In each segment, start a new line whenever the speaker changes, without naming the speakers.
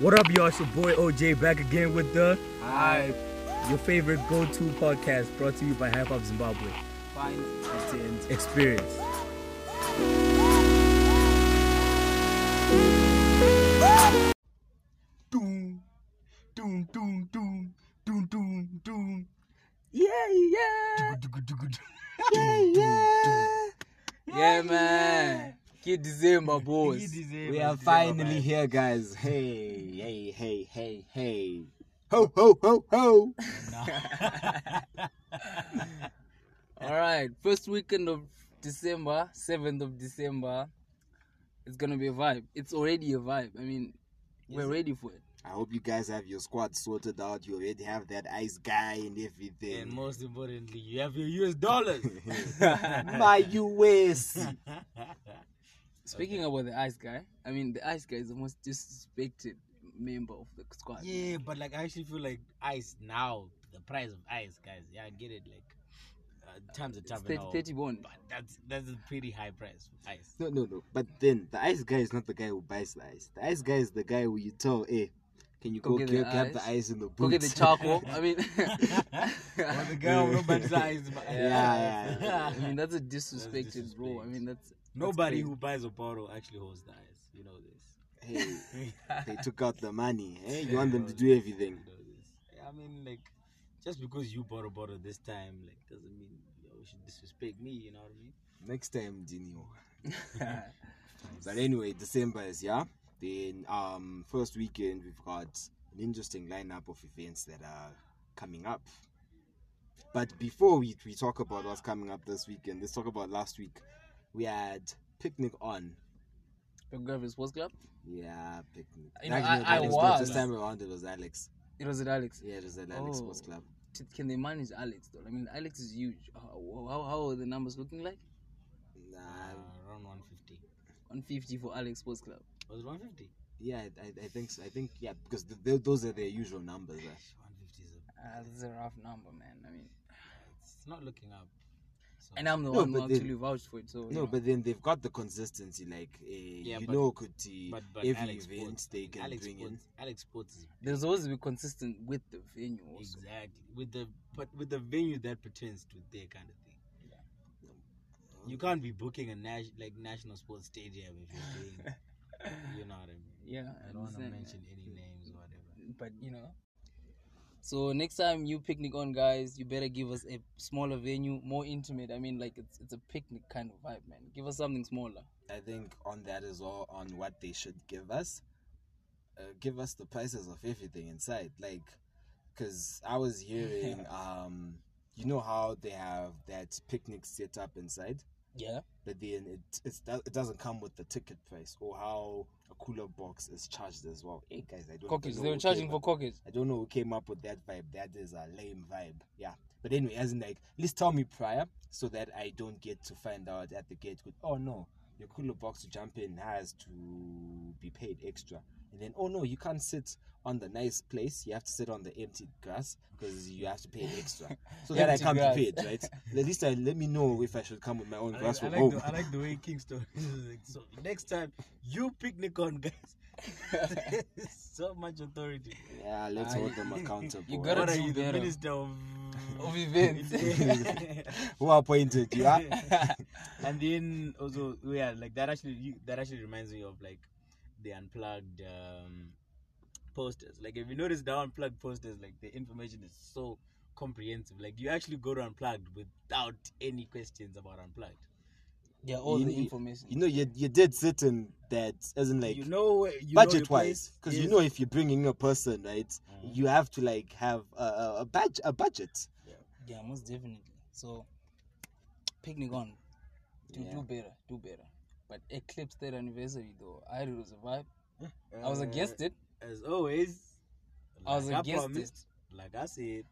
What up, y'all? It's your boy OJ back again with the
I
your favorite go-to podcast brought to you by Hip Hop Zimbabwe
find it in
Experience.
doom, doom, doom, doom, doom, doom, doom. Yeah, yeah. yeah, yeah.
Yeah, man. Kid December, boss.
Kid December,
we are
December,
finally
man.
here, guys. Hey, hey, hey, hey, hey. Ho, ho, ho, ho. All right. First weekend of December, 7th of December. It's going to be a vibe. It's already a vibe. I mean, we're ready for it.
I hope you guys have your squad sorted out. You already have that ice guy and
And
everything.
most importantly, you have your US dollars.
My US.
Speaking about the ice guy, I mean, the ice guy is the most disrespected member of the squad.
yeah, but like I actually feel like ice now, the price of ice, guys. Yeah, I get it. Like uh, times are
It's
tough and
30,
all,
30 bond.
but that's that's a pretty high price for ice.
No, no, no. But then the ice guy is not the guy who buys the ice. The ice guy is the guy who you tell, hey, can you
Go
go,
get
get,
the
grab
ice.
the ice in the booth?
Go get the charcoal. I mean,
Or the girl who buys the ice. but-
Yeah, yeah,
I mean that's a disrespected
disrespect.
role. I mean that's
Nobody
crazy.
who buys a bottle actually holds the ice. You know this.
hey, they took out the money. Hey, you want them to do everything.
You know this. I mean, like, just because you bought a bottle this time, like, doesn't mean you, know, you should disrespect me. You know what I mean?
Next time, Dinio. But anyway, December is yeah. Then um first weekend we've got an interesting lineup of events that are coming up. But before we, we talk about what's coming up this weekend, let's talk about last week. We had picnic on.
Belgrave Sports Club.
Yeah, picnic.
You know,
Actually,
I- I
it was not
was.
This time around it was Alex.
It was at Alex.
Yeah, it was at Alex Sports
Oh.
Club.
T- Can they manage Alex though? I mean Alex is huge. How, how, how are the numbers looking like?
Nah,
Uh, around 150.
150 for Alex Sports Club.
Was it 150?
yeah, I- I, I think so. I think yeah because th- th- those are their usual numbers. eh.
150 is a,
Uh, that's a rough number, man. I mean,
it's not looking up. So,
and I'm the
No,
one who
but they-
actually vouched for it. So you
No,
know.
but then they've got the consistency. Like, eh, you
but-
know, could eh,
but, but
every
Alex
event
Sports,
they can
Alex
bring
Sports, Alex Sports is
there's always to be consistent with the venue. Also.
exactly with the but with the venue that pertains to their kind of thing.
in.
You can't be booking a nas- like national sports stadium if you're doing. you know what I mean?
Yeah,
I don't want to
understand, man.
mention any names or whatever.
but you know. So next time you picnic on, guys, you better give us a smaller venue, more intimate. I mean, like it's it's a picnic kind of vibe, man. Give us something smaller.
I think on that as well, on what they should give us, uh, give us the prices of everything inside. Like, because I was hearing, um, you know how they have that picnic set up inside,
Yeah.
but then it it's, it doesn't come with the ticket price or how a cooler box is charged as well. Hey guys, I don't
Cockets.
know
They were
who
charging
came
for
up-
cockets.
I don't know who came up with that vibe. That is a lame vibe. Yeah. But anyway, as in like, at least tell me prior so that I don't get to find out at the gate. Good. Oh no, your cooler box to jump in has to be paid extra. And then oh no, you can't sit on the nice place. You have to sit on the empty grass because you have to pay extra. So that I
Empty
can't
grass.
be paid, right? at least I, let me know if I should come with my own
I
grass
like, I
from
like,
home.
the, I like the way Kingston is like, so next time you picnic on guys. so much authority.
Yeah, let's
Ah,
hold
you-
them accountable.
you
right?
gotta
what are
do
you, the
better.
minister of,
Of events.
Who appointed you? Huh?
and then also yeah, like that actually you- that actually reminds me of like the unplugged um, posters. Like if you notice the unplugged posters, like the information is so comprehensive. Like you actually go to unplugged without any questions about unplugged.
Yeah, all the
You-
information.
You know, you, you did sit in that, as in like,
you know where- you know your
budget wise
place
because you
is-
know if you're bringing a person right you have to like have a, a, a badge a budget
Yeah, most definitely. So picnic on. Do
Yeah.
do better. Do better. But Eclipse third anniversary though, I it was a vibe. I
Uh,
was against it.
Uh, as always.
I was
like
against
promised, Like I said,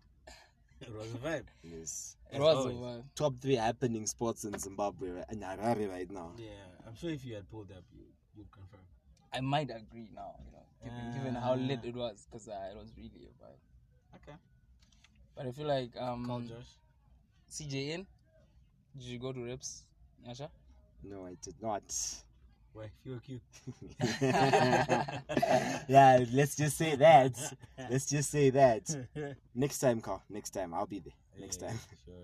it was a vibe.
yes
It
as
was
always.
a vibe.
top three happening sports in zimbabwe right- in harare right now
Yeah, I'm sure if you had pulled up, you you'd confirm.
I might agree now, you know, given, given how late
Ah.
it was, because uh, it was really a vibe.
Okay.
But I feel like um,
Call Josh.
CJN, did you go to reps, Nyasha?
no i did not
Mm. Why? If you were cute.
yeah, let's just say that. Let's just say that. Next time, Carl. Next time, I'll be there. Next
Yeah,
time.
Sure.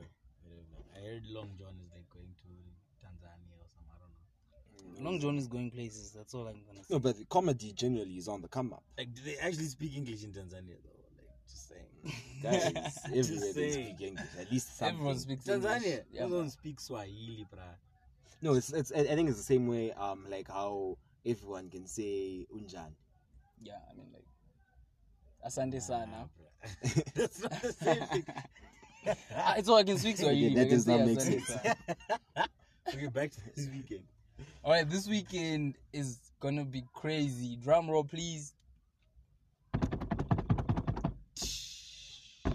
Whatever. I heard Long John is like going to Tanzania or something. I don't know. Mm.
Long John is going places. That's all I'm gonna say.
No, but the comedy generally is on the come up.
Like, do they actually speak English in Tanzania though? Like, just saying.
That is everywhere they
saying.
speak English. At least something.
Everyone speaks
Tanzania.
English. Yeah,
no one
man.
speaks Swahili, bruh.
No, it's, it's I I think it's the same way. Um, like how everyone can say unjan.
yeah, I mean like Asante
Ah.
sana.
Nah, bruh. That's not the same thing.
Ah, it's all I can speak Swahili.
that
I can
does not
say
make
asante
sense.
sana.
okay, back to this weekend.
All right, this weekend is gonna be crazy. Drum roll, please.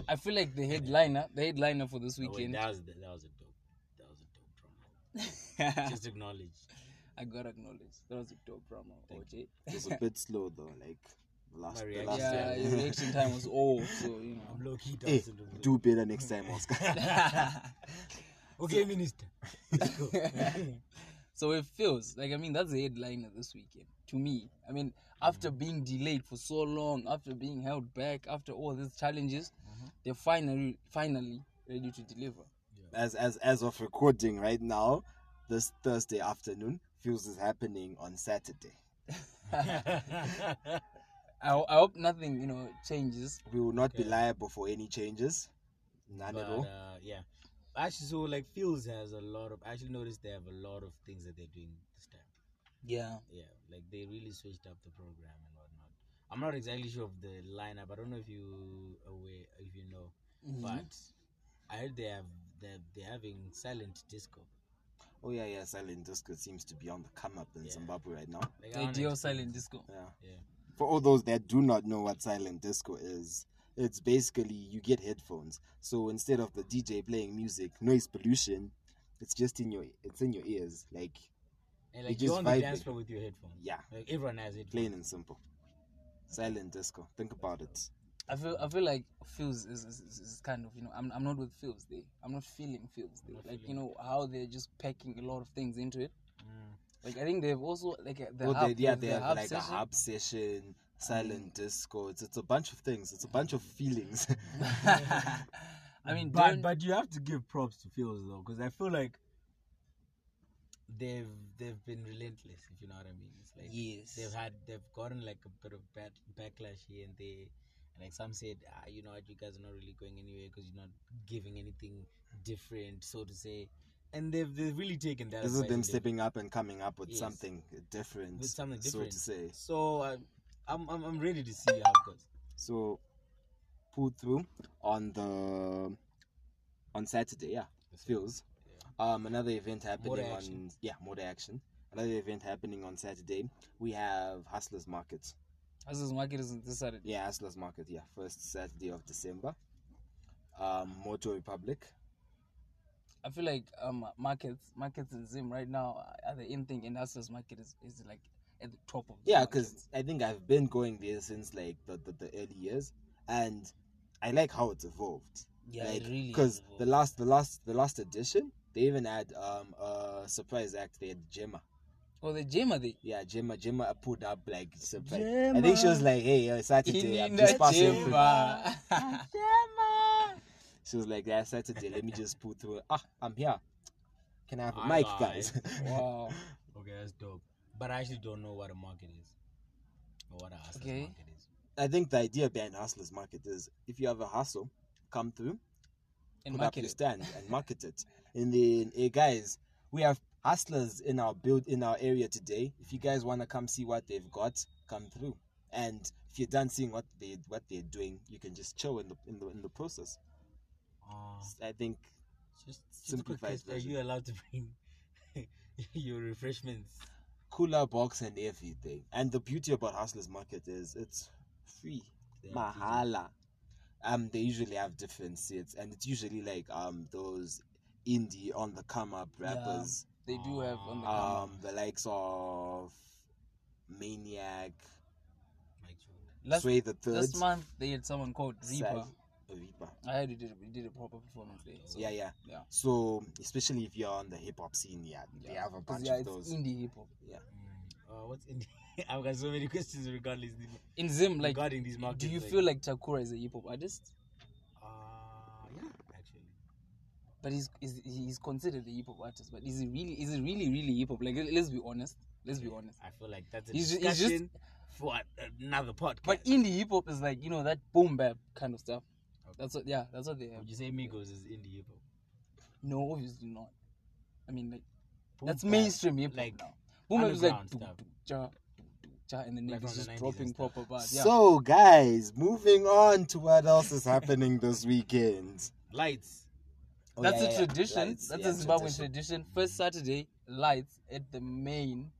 I feel like the headliner, the headliner for this
Oh, wait,
weekend.
that was that was a dope. That was a dope drum roll.
I
Just acknowledge.
gotta acknowledge that was a dope promo. OJ.
It's a bit slow though. Like the last.
My
the
reaction.
last
Yeah,
time.
your reaction time was off, so you know.
I'm low key
Hey,
dancing. to
do better next time, Oscar.
okay, minister. Let's go.
So it feels like I mean that's the headliner this weekend to me. I mean after
Mm-hmm.
being delayed for so long, after being held back, after all these challenges,
Mm-hmm.
they're finally finally ready to deliver.
as as as of recording right now, this Thursday afternoon, Fuse is happening on Saturday.
I, ho- I hope nothing you know changes.
We will not be
Okay.
liable for any changes. None
but,
at all.
uh, yeah. Actually, so like Fields has a lot of. I actually noticed they have a lot of things that they're doing this time.
Yeah,
Yeah, like they really switched up the program and whatnot. I'm not exactly sure of the lineup. I don't know if you aware, if you know,
Mm-hmm.
Mm-hmm.
but I heard they have they're, they're having silent disco.
Oh yeah, yeah, Silent Disco seems to be on the come up in
Yeah.
Zimbabwe right now.
Like, I don't
ideal
expect-
silent disco.
Yeah.
Yeah.
For all those that do not know what silent disco is, it's basically you get headphones. So instead of the DJ playing music, noise pollution, it's just in your it's in your ears, like
And
You
like
just
you're on the
vibe
dance
it.
floor with your headphones.
Yeah.
Like everyone has it.
plain and simple. Silent disco. Think about it.
I feel I feel like feels is, is, is is kind of you know I'm I'm not with feels day. I'm not feeling feels day. Like you know how they're just packing a lot of things into it.
Mm.
Like I think they've also like a- the
Well,
hub,
they, yeah,
the-
they
the
have
hub
like
session. Mm.
a hub session, silent disco. It's, it's a bunch of things. It's a bunch of feelings.
I mean,
But
don't-
but you have to give props to Fields though, because I feel like they've they've been relentless. If you know what I mean, it's like
Yes.
they've had they've gotten like a bit of back, backlash here and there. And like some said, ah, you know what, you guys are not really going anywhere because you're not giving anything different, so to say. And they've they've really taken that.
this is
advice
them
and they've-
stepping up and coming up with
Yes.
something different,
with something different.
so to say.
So I, I'm, I'm I'm ready to see how it goes.
So, pull through on the on Saturday. Yeah, feels. Um, another event happening on
action.
yeah, more action. Another event happening on Saturday. We have Hustlers Market.
Hustlers Market is this Saturday.
Yeah, Hustlers Market. Yeah, first Saturday of December. Um, Motor Republic.
I feel like um markets markets in Zim right now are the in thing, and Hustlers Market is, is like at the top of. The
Yeah,
markets.
because I think I've been going there since like the, the, the early years, and I like how it's evolved.
yeah,
like,
it really
because
is
the
evolved.
last the last the last edition they even had um a surprise act. They had Gemma.
oh the gym are they
Yeah, Gemma Gemma pulled up like surprise. I think she was like, "Hey, uh, Saturday, I'm just passing."
gym,
through."
ah.
She was like, "Yeah, Saturday, let me just pull through. Ah, I'm here. Can I have a
Hi,
mic, guys?"
wow.
Okay, that's dope. But I actually don't know what a market is, or what a hustler's
Okay.
market is.
I think the idea behind Hustlers Market is if you have a hustle, come through.
And
put up
market
your
it.
stand and market it. And then, hey guys, we have hustlers in our build in our area today. If you guys wanna come see what they've got, come through. And if you're done seeing what they what they're doing, you can just chill in the in the in the process.
Oh,
I think
just just a quick
Simplified
question, Are
version.
you allowed to bring your refreshments?
cooler box and everything. And the beauty about hustlers market is it's free.
They are
Mahala. Um, they usually have different seats, and it's usually like um those indie on the come up
Yeah.
rappers.
They do have on the camera.
um the likes of Maniac,
Like, so-
Last,
Sway the Third,
last month they had someone called Reaper.
Sav- Reaper.
I heard he did a, he did a proper performance there. So.
Yeah, yeah.
Yeah.
So especially if you're on the hip hop scene, yeah, they have a
'Cause
bunch
yeah,
of
it's
those.
indie hip hop.
Mm, uh, what's in? I've got so many questions regardless
In Zim, like,
regarding these markets.
do you feel like Takura is a hip hop artist?
Uh, yeah, actually.
But he's, he's he's considered a hip hop artist. But is he really is he really really hip hop? Like let's be honest. Let's be honest.
I feel like that's a
He's ju- he's just-
discussion for another podcast.
But indie hip hop is like you know that boom bap kind of stuff. That's what yeah. That's what they have.
would you say Migos is indie hip hop?
No, obviously not. I mean like
Boom
that's
bap,
mainstream hip hop
like,
now. Boom bap is like
underground
do,
stuff.
do, ja, do, do, ja, and then
Like
niggas
from the
just
90s
dropping
and stuff.
proper bars. Yeah.
So, guys, moving on to what else is happening this weekend.
Lights.
Oh,
that's
yeah,
a
yeah, yeah.
tradition.
Lights,
that's
yeah,
a Zimbabwean tradition. First Saturday, lights at the main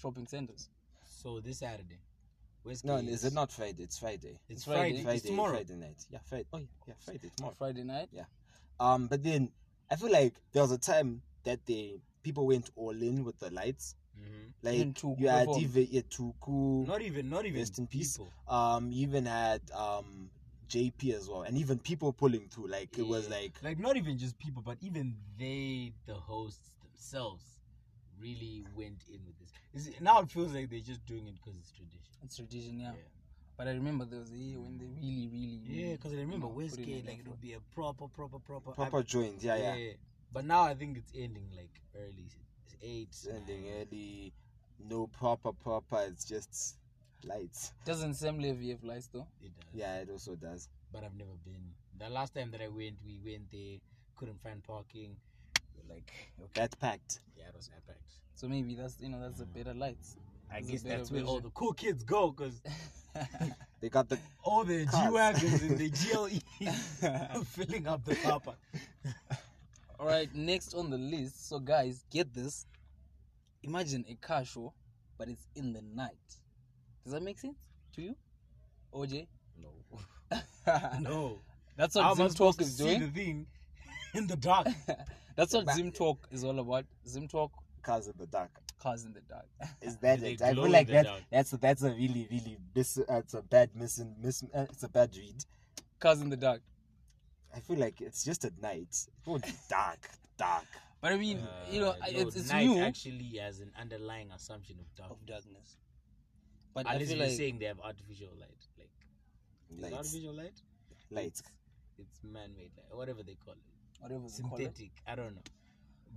shopping centers.
So this Saturday. Where's
No,
Kate?
is it not Friday? It's Friday.
It's
Friday.
Friday.
Friday,
It's tomorrow.
Friday night. Yeah, Friday. Oh, yeah, yeah, Friday tomorrow.
Friday night.
Um, but then I feel like there was a time that they people went all in with the lights.
Mhm.
Like
Even Tuku
you had
performed.
even yeah, Tuku.
Not even, not even
Rest in peace.
people.
Um, you even had um JP as well, and even people pulling through. Like it was
Yeah.
like
like not even just people, but even they, the hosts themselves, really went in with this. Is it, now it feels like they're just doing it because it's tradition.
It's tradition, yeah.
Yeah.
But I remember there was a year when they really, really,
Yeah,
really,
because I remember
you know, put in
Westgate,
their
like it
effort.
would be a proper, proper, proper,
proper joint. Yeah, yeah.
But now I think it's ending like early. It's eight.
It's ending early. No proper proper. It's just lights.
Doesn't Sam Levy have lights though?
It does.
Yeah, it also does.
But I've never been. The last time that I went, we went there, couldn't find parking. We're Like, okay,
That packed.
yeah, it was epic.
So maybe that's you know that's the better lights.
I
It's a
guess
better
that's where all
version.
the cool kids go, cause
They got the
all the
Cars.
G wagons and the GLE filling up the car park.
All right, next on the list. So guys, get this. Imagine a car show, but it's in the night. Does that make sense to you, OJ?
No,
that's
no.
what
How am I
Zim Talk
supposed to
is
see
doing.
the thing in the dark?
That's what Zim Talk is all about. Zim Talk,
cars in the dark.
cars in the dark.
Is that
They
it? I
glow
feel
in
like
the
that,
dark.
that's that's a really really mis- uh, it's a bad missing mis- uh, it's a bad read.
cars in the dark.
I feel like it's just at night. It won't be dark, dark.
But I mean, you know,
Uh,
I-
no,
it's, it's
night
new.
actually has an underlying assumption of dark.
of darkness. But I
Unless
feel
you're
like
saying they have artificial light, like is it
Lights,
artificial light,
lights.
it's man-made light, whatever they call it,
whatever we call it.
synthetic. I don't know,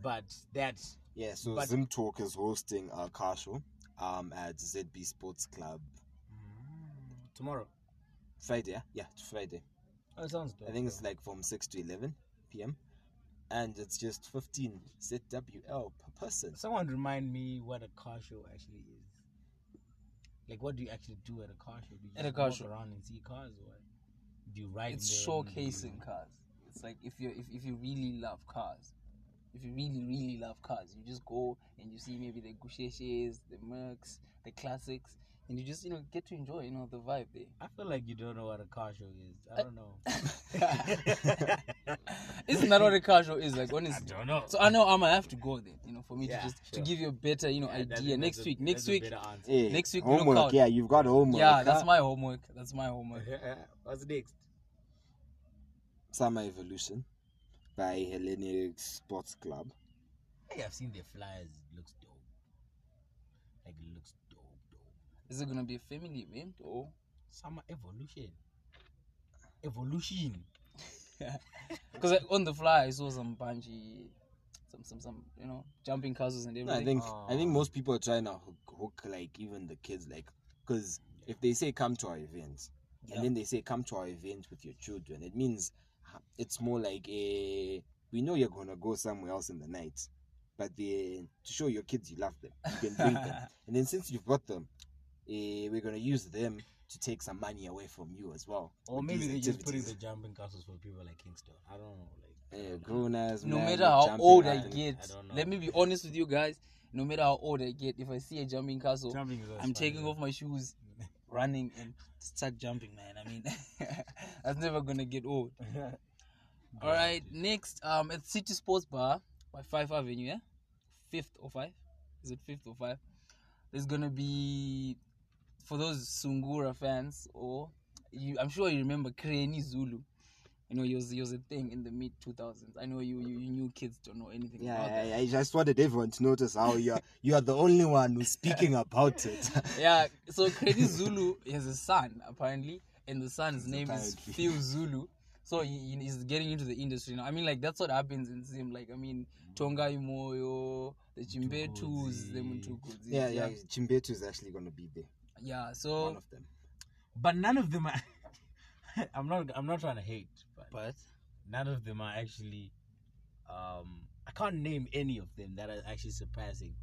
but that
Yeah. So
But-
Zim Talk is hosting a car show, um, at ZB Sports Club
mm, tomorrow.
Friday. Yeah, yeah it's Friday.
Oh, it sounds.
I think it's like from six to eleven p.m. And it's just fifteen ZWL per person.
Someone remind me what a car show actually is. Like, what do you actually do at a car show? Do you
At
just
a car
walk
show.
around and see cars, or do you ride?
It's
them?
showcasing cars. It's like if you if, if you really love cars, if you really really love cars, you just go and you see maybe the Gusheshes, the Mercs, the classics, and you just you know get to enjoy you know the vibe there.
I feel like you don't know what a car show is. I don't know.
Isn't that what a car show is like? Honestly,
don't know.
so I know I'm gonna have to go there. You know, for me
Yeah,
to just to
sure.
give you a better you know
Yeah, that's-
idea
that's
next
a-
week. Next
that's a
week,
better answer.
Hey,
Next week, look
homework.
out.
Yeah, you've got homework.
yeah, that's
huh?
my homework. That's my homework.
Uh-huh. What's next?
Summer Evolution by Hellenic Sports Club.
Hey, I've seen the flyers. It looks dope. Like it looks dope, dope.
Is it gonna be a family event or?
Summer evolution. Evolution.
Because on the fly, I saw some bungee, some some some you know jumping castles and
No,
everything.
I think I think most people are trying to hook, hook like even the kids like because if they say come to our event
Yeah.
and then they say come to our event with your children, it means ha- it's more like a we know you're gonna go somewhere else in the night, but the to show your kids you love them, you can bring them, and then since you've brought them, eh, we're gonna use them to take some money away from you as well.
Or
with
maybe
these
they're just putting the
activities.
jumping castles for people like Kingston. I don't know. Like,
Eh, grown-ass
Mm-hmm. no
man
matter
with
how
jumping
old I
man.
get,
I don't know.
let me be honest with you guys. No matter how old I get, if I see a jumping castle,
jumping is always
I'm
fun,
taking
isn't
off
it?
my shoes, running and start jumping, man. I mean, that's never gonna get old. All right, next um at City Sports Bar by Five Avenue, yeah, fifth or five? Is it fifth or five? There's gonna be for those Sungura fans or you. I'm sure you remember Kreni Zulu. You know, he was, he was a thing in the mid 2000s. I know you, you, you new kids don't know anything
Yeah,
about that.
I, I just wanted everyone to notice how you're you are the only one who's speaking about it.
yeah, so Credit Zulu has a son apparently, and the son's name
apparently.
is Phil Zulu. So he, he's getting into the industry now. I mean, like that's what happens in Zim. Like I mean, Tonga Imoyo, the Chimbetus, the Mutukuzis.
yeah,
yeah,
yeah. Chimbetu is actually gonna be there.
yeah.
One
Oh,
So
of them.
But none of them are. I'm not. I'm not trying to hate, but,
but
none of them are actually. Um, I can't name any of them that are actually Uh, surpassing.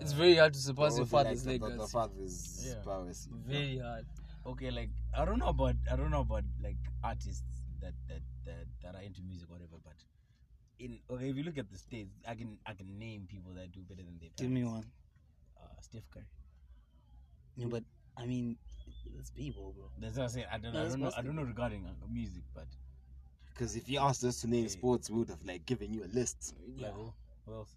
it's very hard to surpass
All
your
the,
father's
like, the- the, the
legacy.
father's
Yeah.
powers.
Very hard.
Okay, like I don't know about I don't know about like artists that that that, that are into music or whatever, but in okay, if you look at the states, I can I can name people that do better than their parents.
Give me one.
Uh, Steph Curry.
No, but I mean, it's people, bro.
That's what I'm saying. I don't,
Yeah,
I
it's
don't know. I
possible.
don't know regarding uh, music, but
Because if you asked us to name
Yeah.
sports, we would have like given you a list.
Yeah.
like, who- who else?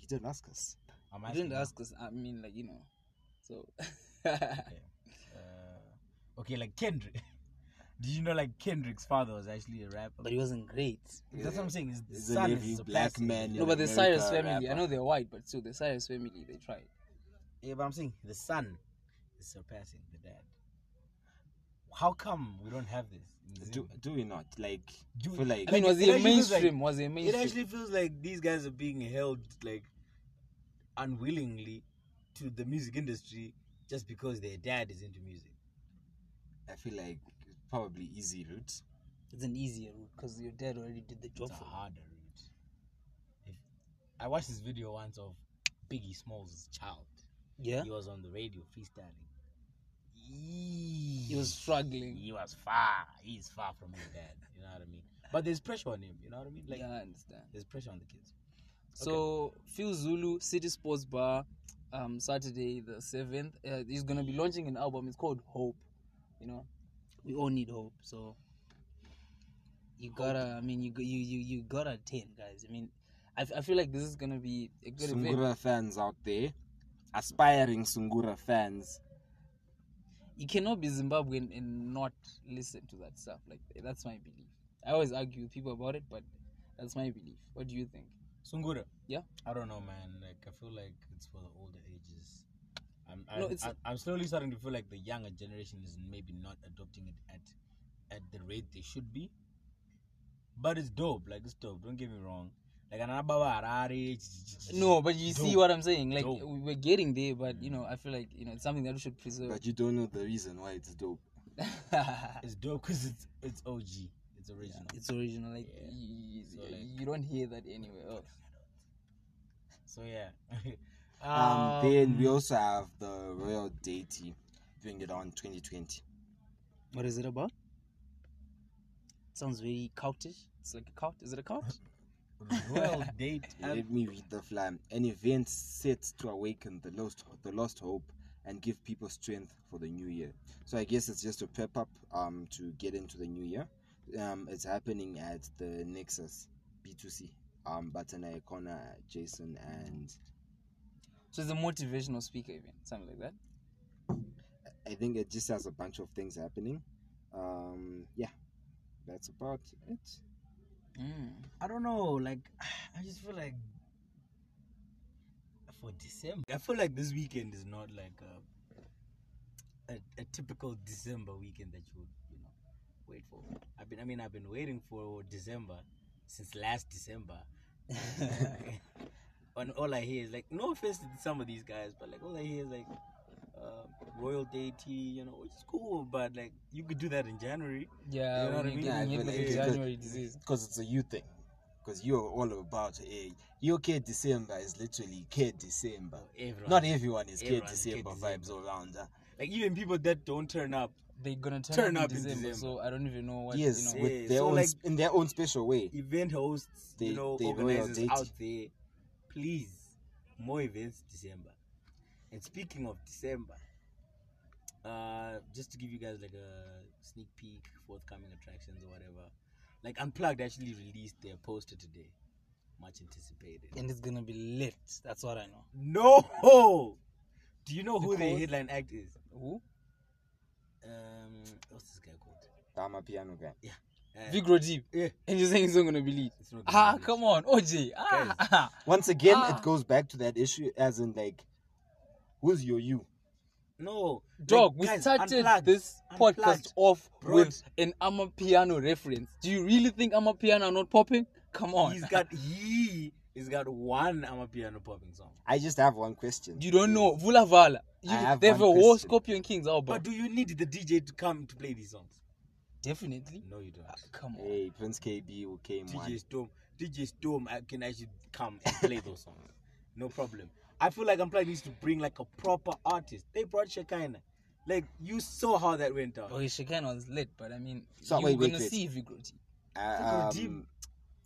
You didn't ask us.
I'm
I didn't
asking.
ask us. I mean, like you know. So
Uh, okay, like Kendrick. Did you know like Kendrick's father was actually a rapper?
But he wasn't great.
That's what I'm saying. His
He's
son
a
is
living black
surpassing
man.
him.
no, but the
America
Cyrus family. I
rapper.
know they're white, but still the Cyrus family they tried.
Yeah, but I'm saying the son is surpassing the dad. How come we don't have this? in Zim?
Do, do we not like?
Do-
feel like
I mean, was
it
he a
actually feels like-
mainstream? was he a
it
mainstream?
actually feels like these guys are being held like unwillingly to the music industry just because their dad is into music.
I feel like probably easy route.
It's an easier route because your dad already did the job
It's
for
a
you.
harder route. If I watched this video once of Biggie Smalls' child.
Yeah?
He was on the radio freestyling.
he was struggling.
He was far. He's far from his dad. You know what I mean? But there's pressure on him. You know what I mean? Like
yeah, I understand.
there's pressure on the kids.
So Phil Zulu City Sports Bar, um, Saturday the seventh. Uh, he's gonna be launching an album. It's called Hope. You know,
We all need hope, so you gotta. I mean, you go- you you you gotta attend, guys. I mean, I, f- I feel like this is gonna be a good event.
Sungura fans out there, aspiring Sungura fans.
You cannot be Zimbabwean and not listen to that stuff. Like that's my belief. I always argue with people about it, but that's my belief. What do you think?
Sungura.
Yeah.
I don't know, man. Like I feel like it's for the older ages. I'm I'm,
No, it's-
I'm, I'm slowly starting to feel like the younger generation is maybe not adopting it at at the rate they should be. But it's dope. Like it's dope. Don't get me wrong. Like another Baba Harare.
No, but you see
Dope.
what I'm saying. Like
Dope.
we- we're getting there, but you know, I feel like you know it's something that we should preserve.
But you don't know the reason why it's dope.
It's dope because it's it's OG. It's original.
It's original, like
Y- y-
So,
y-
like-
you don't hear that anywhere else.
So yeah.
Um, then we also have the Royal Deity doing it on 2020.
what is it about? sounds very cultish.
It's like a cult. Is it a cult?
Royal date.
Let me read the fly. An event set to awaken the lost the lost hope and give people strength for the new year. So I guess it's just a pep up um to get into the new year. Um, it's happening at the Nexus B2C. Um, Batana Connor, Jason, and
So it's a motivational speaker event, something like that.
I think it just has a bunch of things happening. Um, yeah, that's about it.
Hmm.
I don't know. Like, I just feel like for December, I feel like this weekend is not like a a, a typical December weekend that you would you know wait for. I've been, I mean, I've been waiting for December since last December. and all I hear is like, no offense to some of these guys, but like all I hear is like uh, royal deity, you know, which is cool, but like you could do that in January.
Yeah,
You know
when
what I
you're
mean?
Yeah,
giving
I
it with
feel like
the
it's good.
January disease.
because it's a you thing. Because you're all about a UK December is literally K December.
Everyone.
Not everyone is K
Everyone's
December
K
vibes all around. uh,
like even people that don't turn up
They're gonna turn,
Turn
up,
up
in
in
December,
December.
so I don't even know what.
yes,
you
what-
know,
with
Yeah,
their
so
own
like-
sp- in their own special way.
event hosts,
They-
you know,
they know
organizers
your date.
out there, please, more events December. And speaking of December, uh, just to give you guys like a sneak peek, forthcoming attractions or whatever. Like Unplugged actually released their poster today, much anticipated.
And it's gonna be lit. That's what I know.
No, do you know who the
Because-
headline act is?
who?
Um, what's this guy called?
I'm a piano guy.
Vic Rodib,
Yeah.
and you're saying it's not gonna be lead.
It's not gonna
Ah,
be lead.
come on, OJ. Ah,
Once again,
Ah.
it goes back to that issue, as in like, who's your you?
No, like,
dog, we
guys,
started
unplugged,
this
unplugged.
podcast off
Bro.
with an Ama Piano reference. Do you really think Ama Piano are not popping? Come on.
He's got he has got one Amapiano popping song.
I just have one question.
you don't know Vula Vala.
I
You,
have
they have a
one
whole
question.
Scorpion Kings album.
But do you need the DJ to come to play these songs? Uh,
Definitely. Ah,
No, you don't.
Come on.
Hey, Prince KB who came
DJ
one.
Storm, DJ Storm I can actually come and play those songs. No problem. I feel like Unplugged needs to bring like a proper artist. They brought Shekinah. Like you saw how that went down.
Okay, Shekinah Oh, was lit, but I mean,
So,
you're
wait, wait,
gonna
wait.
see Vic Rodib.
Uh,
Deep.
um,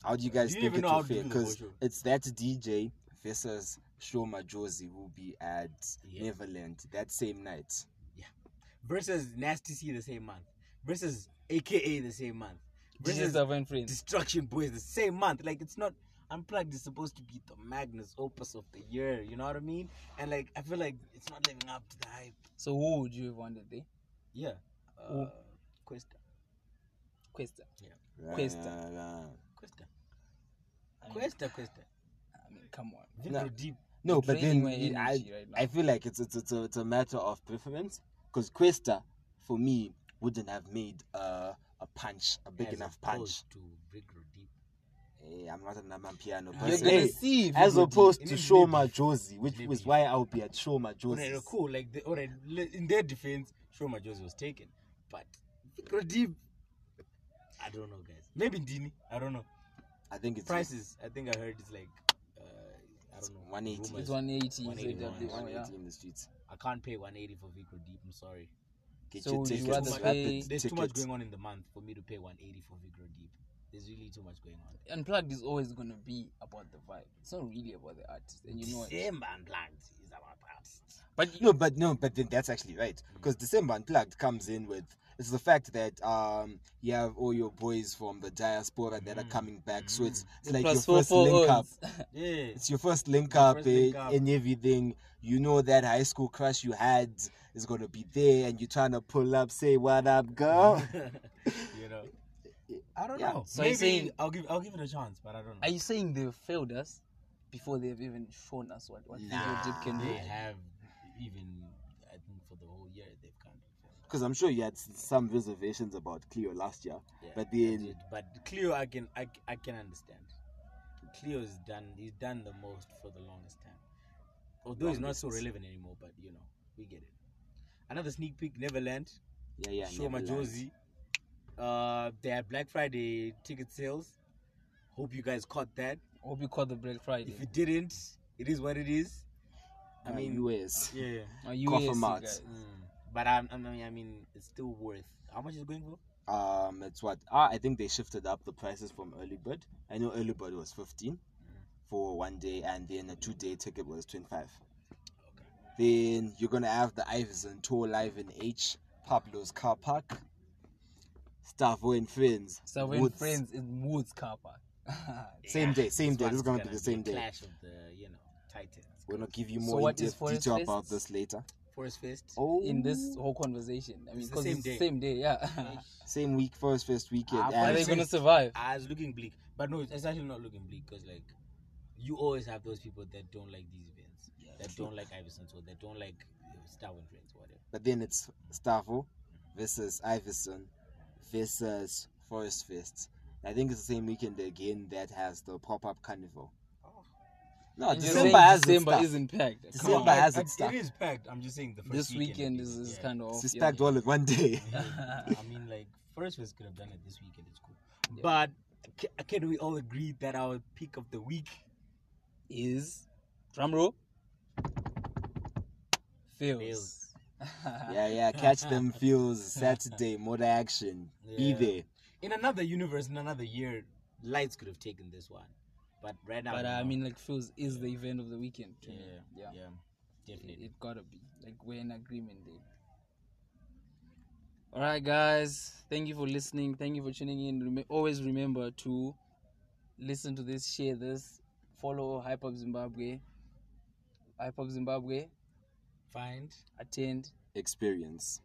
how do you guys
You didn't
think
even
it
know
will
how to do
feel?
the
Because
vocal.
it's that DJ versus Shoma Josie who be at
Yeah.
Neverland that same night.
Versus Nasty C the same month. Versus AKA the same month.
DJ
Versus
Savant Friends.
Destruction Boys the same month. Like it's not Unplugged is supposed to be the Magnus Opus of the year. You know what I mean? And like I feel like it's not living up to the hype.
So who would you have wanted eh? there?
Yeah. Uh, Questa.
Questa.
Ra-
Questa.
ra- ra.
Questa. Questa. Questa.
I mean, come on.
Vibro
No.
Deep.
No,
You're
but
draining
then
my
it-
energy
I,
right now.
I feel like it's it's it's a, it's a matter of preference. Because Questa, for me, wouldn't have made uh, a punch, a big
as
enough punch.
opposed to Vibro Deep.
Hey, I'm not an i piano
You're
person.
gonna
Hey,
see if
as
you do.
opposed
It
to
is
Shoma Josie, which
Maybe.
was why I'll be at Shoma
Alright,
Josie.
cool. Like they, alright, le- in their defense, Shoma Josie was taken, but Vibro Deep. I don't know, guys. Maybe Dini. I don't know.
I think it's
Prices. I think I heard it's like. Uh, I don't know.
180.
rumors.
It's 180.
180,
ZW,
One
yeah.
in the streets.
I can't pay 180 for Vicro Deep. I'm sorry.
Get
So
your
would you
tickets.
rather
rapid
pay-
There's too much
tickets.
going on in the month for me to pay 180 for Vicro Deep. There's really too much going on.
Unplugged is always gonna be about the vibe. It's not really about the artist, and you know it.
December unplugged is about artists.
But
No, but no, but then that's actually right because December Unplugged comes in with it's the fact that um you have all your boys from the diaspora that
Mm.
are coming back, so it's it's like your
plus four oh
first
four
link up.
O's.
Yeah.
It's your first link
Your
up,
first link
eh,
up.
and everything. You know that high school crush you had is gonna be there, and you're trying to pull up, say what up, girl.
Mm. you know. I don't
Yeah.
know.
So you're
Maybe
saying-
I'll give I'll give it a chance, but I don't know.
Are you saying they failed us before they've even shown us what what nah, Dip can do?
they have even I think for the whole year they've come.
Because I'm sure you had s- some reservations about Cleo last year, but then
but Cleo, I can I, I can understand. Cleo's done. He's done the most for the longest time. Although he's not so
Longest.
relevant anymore, but you know we get it. Another sneak peek: Neverland,
yeah, yeah,
Shoma
Neverland.
Josie. Uh, they had Black Friday ticket sales. Hope you guys caught that.
Hope you caught the Black Friday.
If you didn't, it is what it is. I
Uh,
mean,
US.
yeah.
Are you
cough 'em
ASC
out.
guys?
Mm. But I, I mean, I mean, it's still worth. How much is it going for?
Um, it's what ah, I think they shifted up the prices from early bird. I know early bird was fifteen for one day, and then a two day ticket was twenty five. Then you're gonna have the Iverson tour live in H Pablo's car park. Stavo and friends.
So when
Woods.
friends in Woods car park.
Same day, same
This
day. This is
one's
gonna, be
gonna
the same
a
day.
Clash of the, you know, titans.
We're gonna give you
So
more
what is
in-depth
Forest
detail about
Fest?
this later.
Forest Fest.
Oh,
In this whole conversation, I mean,
It's the
because
same
it's the
day.
same day, yeah.
same week, first first weekend.
Ah,
Are
and
they
Forest
gonna
Fest.
survive?
I was looking bleak, but no, it's actually not looking bleak because like, you always have those people that don't like these events, that don't like Iverson, so that don't like you know, Star and Friends, whatever.
But then it's Stavo versus Iverson versus Forest Fest. I think it's the same weekend again that has the pop up carnival. No,
And you're
December
saying
has
December
December its
isn't packed. Come
December
on.
I-
has
I-
its stuff.
It is packed. I'm just saying the first
This weekend is, is
yeah.
kind of
It's
off.
just
yeah.
packed all in one day.
I mean, like Forest Fest could have done it this weekend. It's cool, but ca- can we all agree that our peak of the week
is drum roll fails.
Fails.
yeah, yeah. Catch them feels Saturday, motor action.
Yeah.
Be there.
in another universe, in another year, lights could have taken this one, but right now,
But uh, I
no.
mean, like fails is the event of the weekend to
yeah,
me.
yeah,
Yeah, It,
definitely.
it gotta be like we're in agreement there. All right, guys. Thank you for listening. Thank you for tuning in. Rem- always remember to listen to this, share this, follow Hype Up Zimbabwe. Hype Up Zimbabwe.
Find
Attend.
Experience.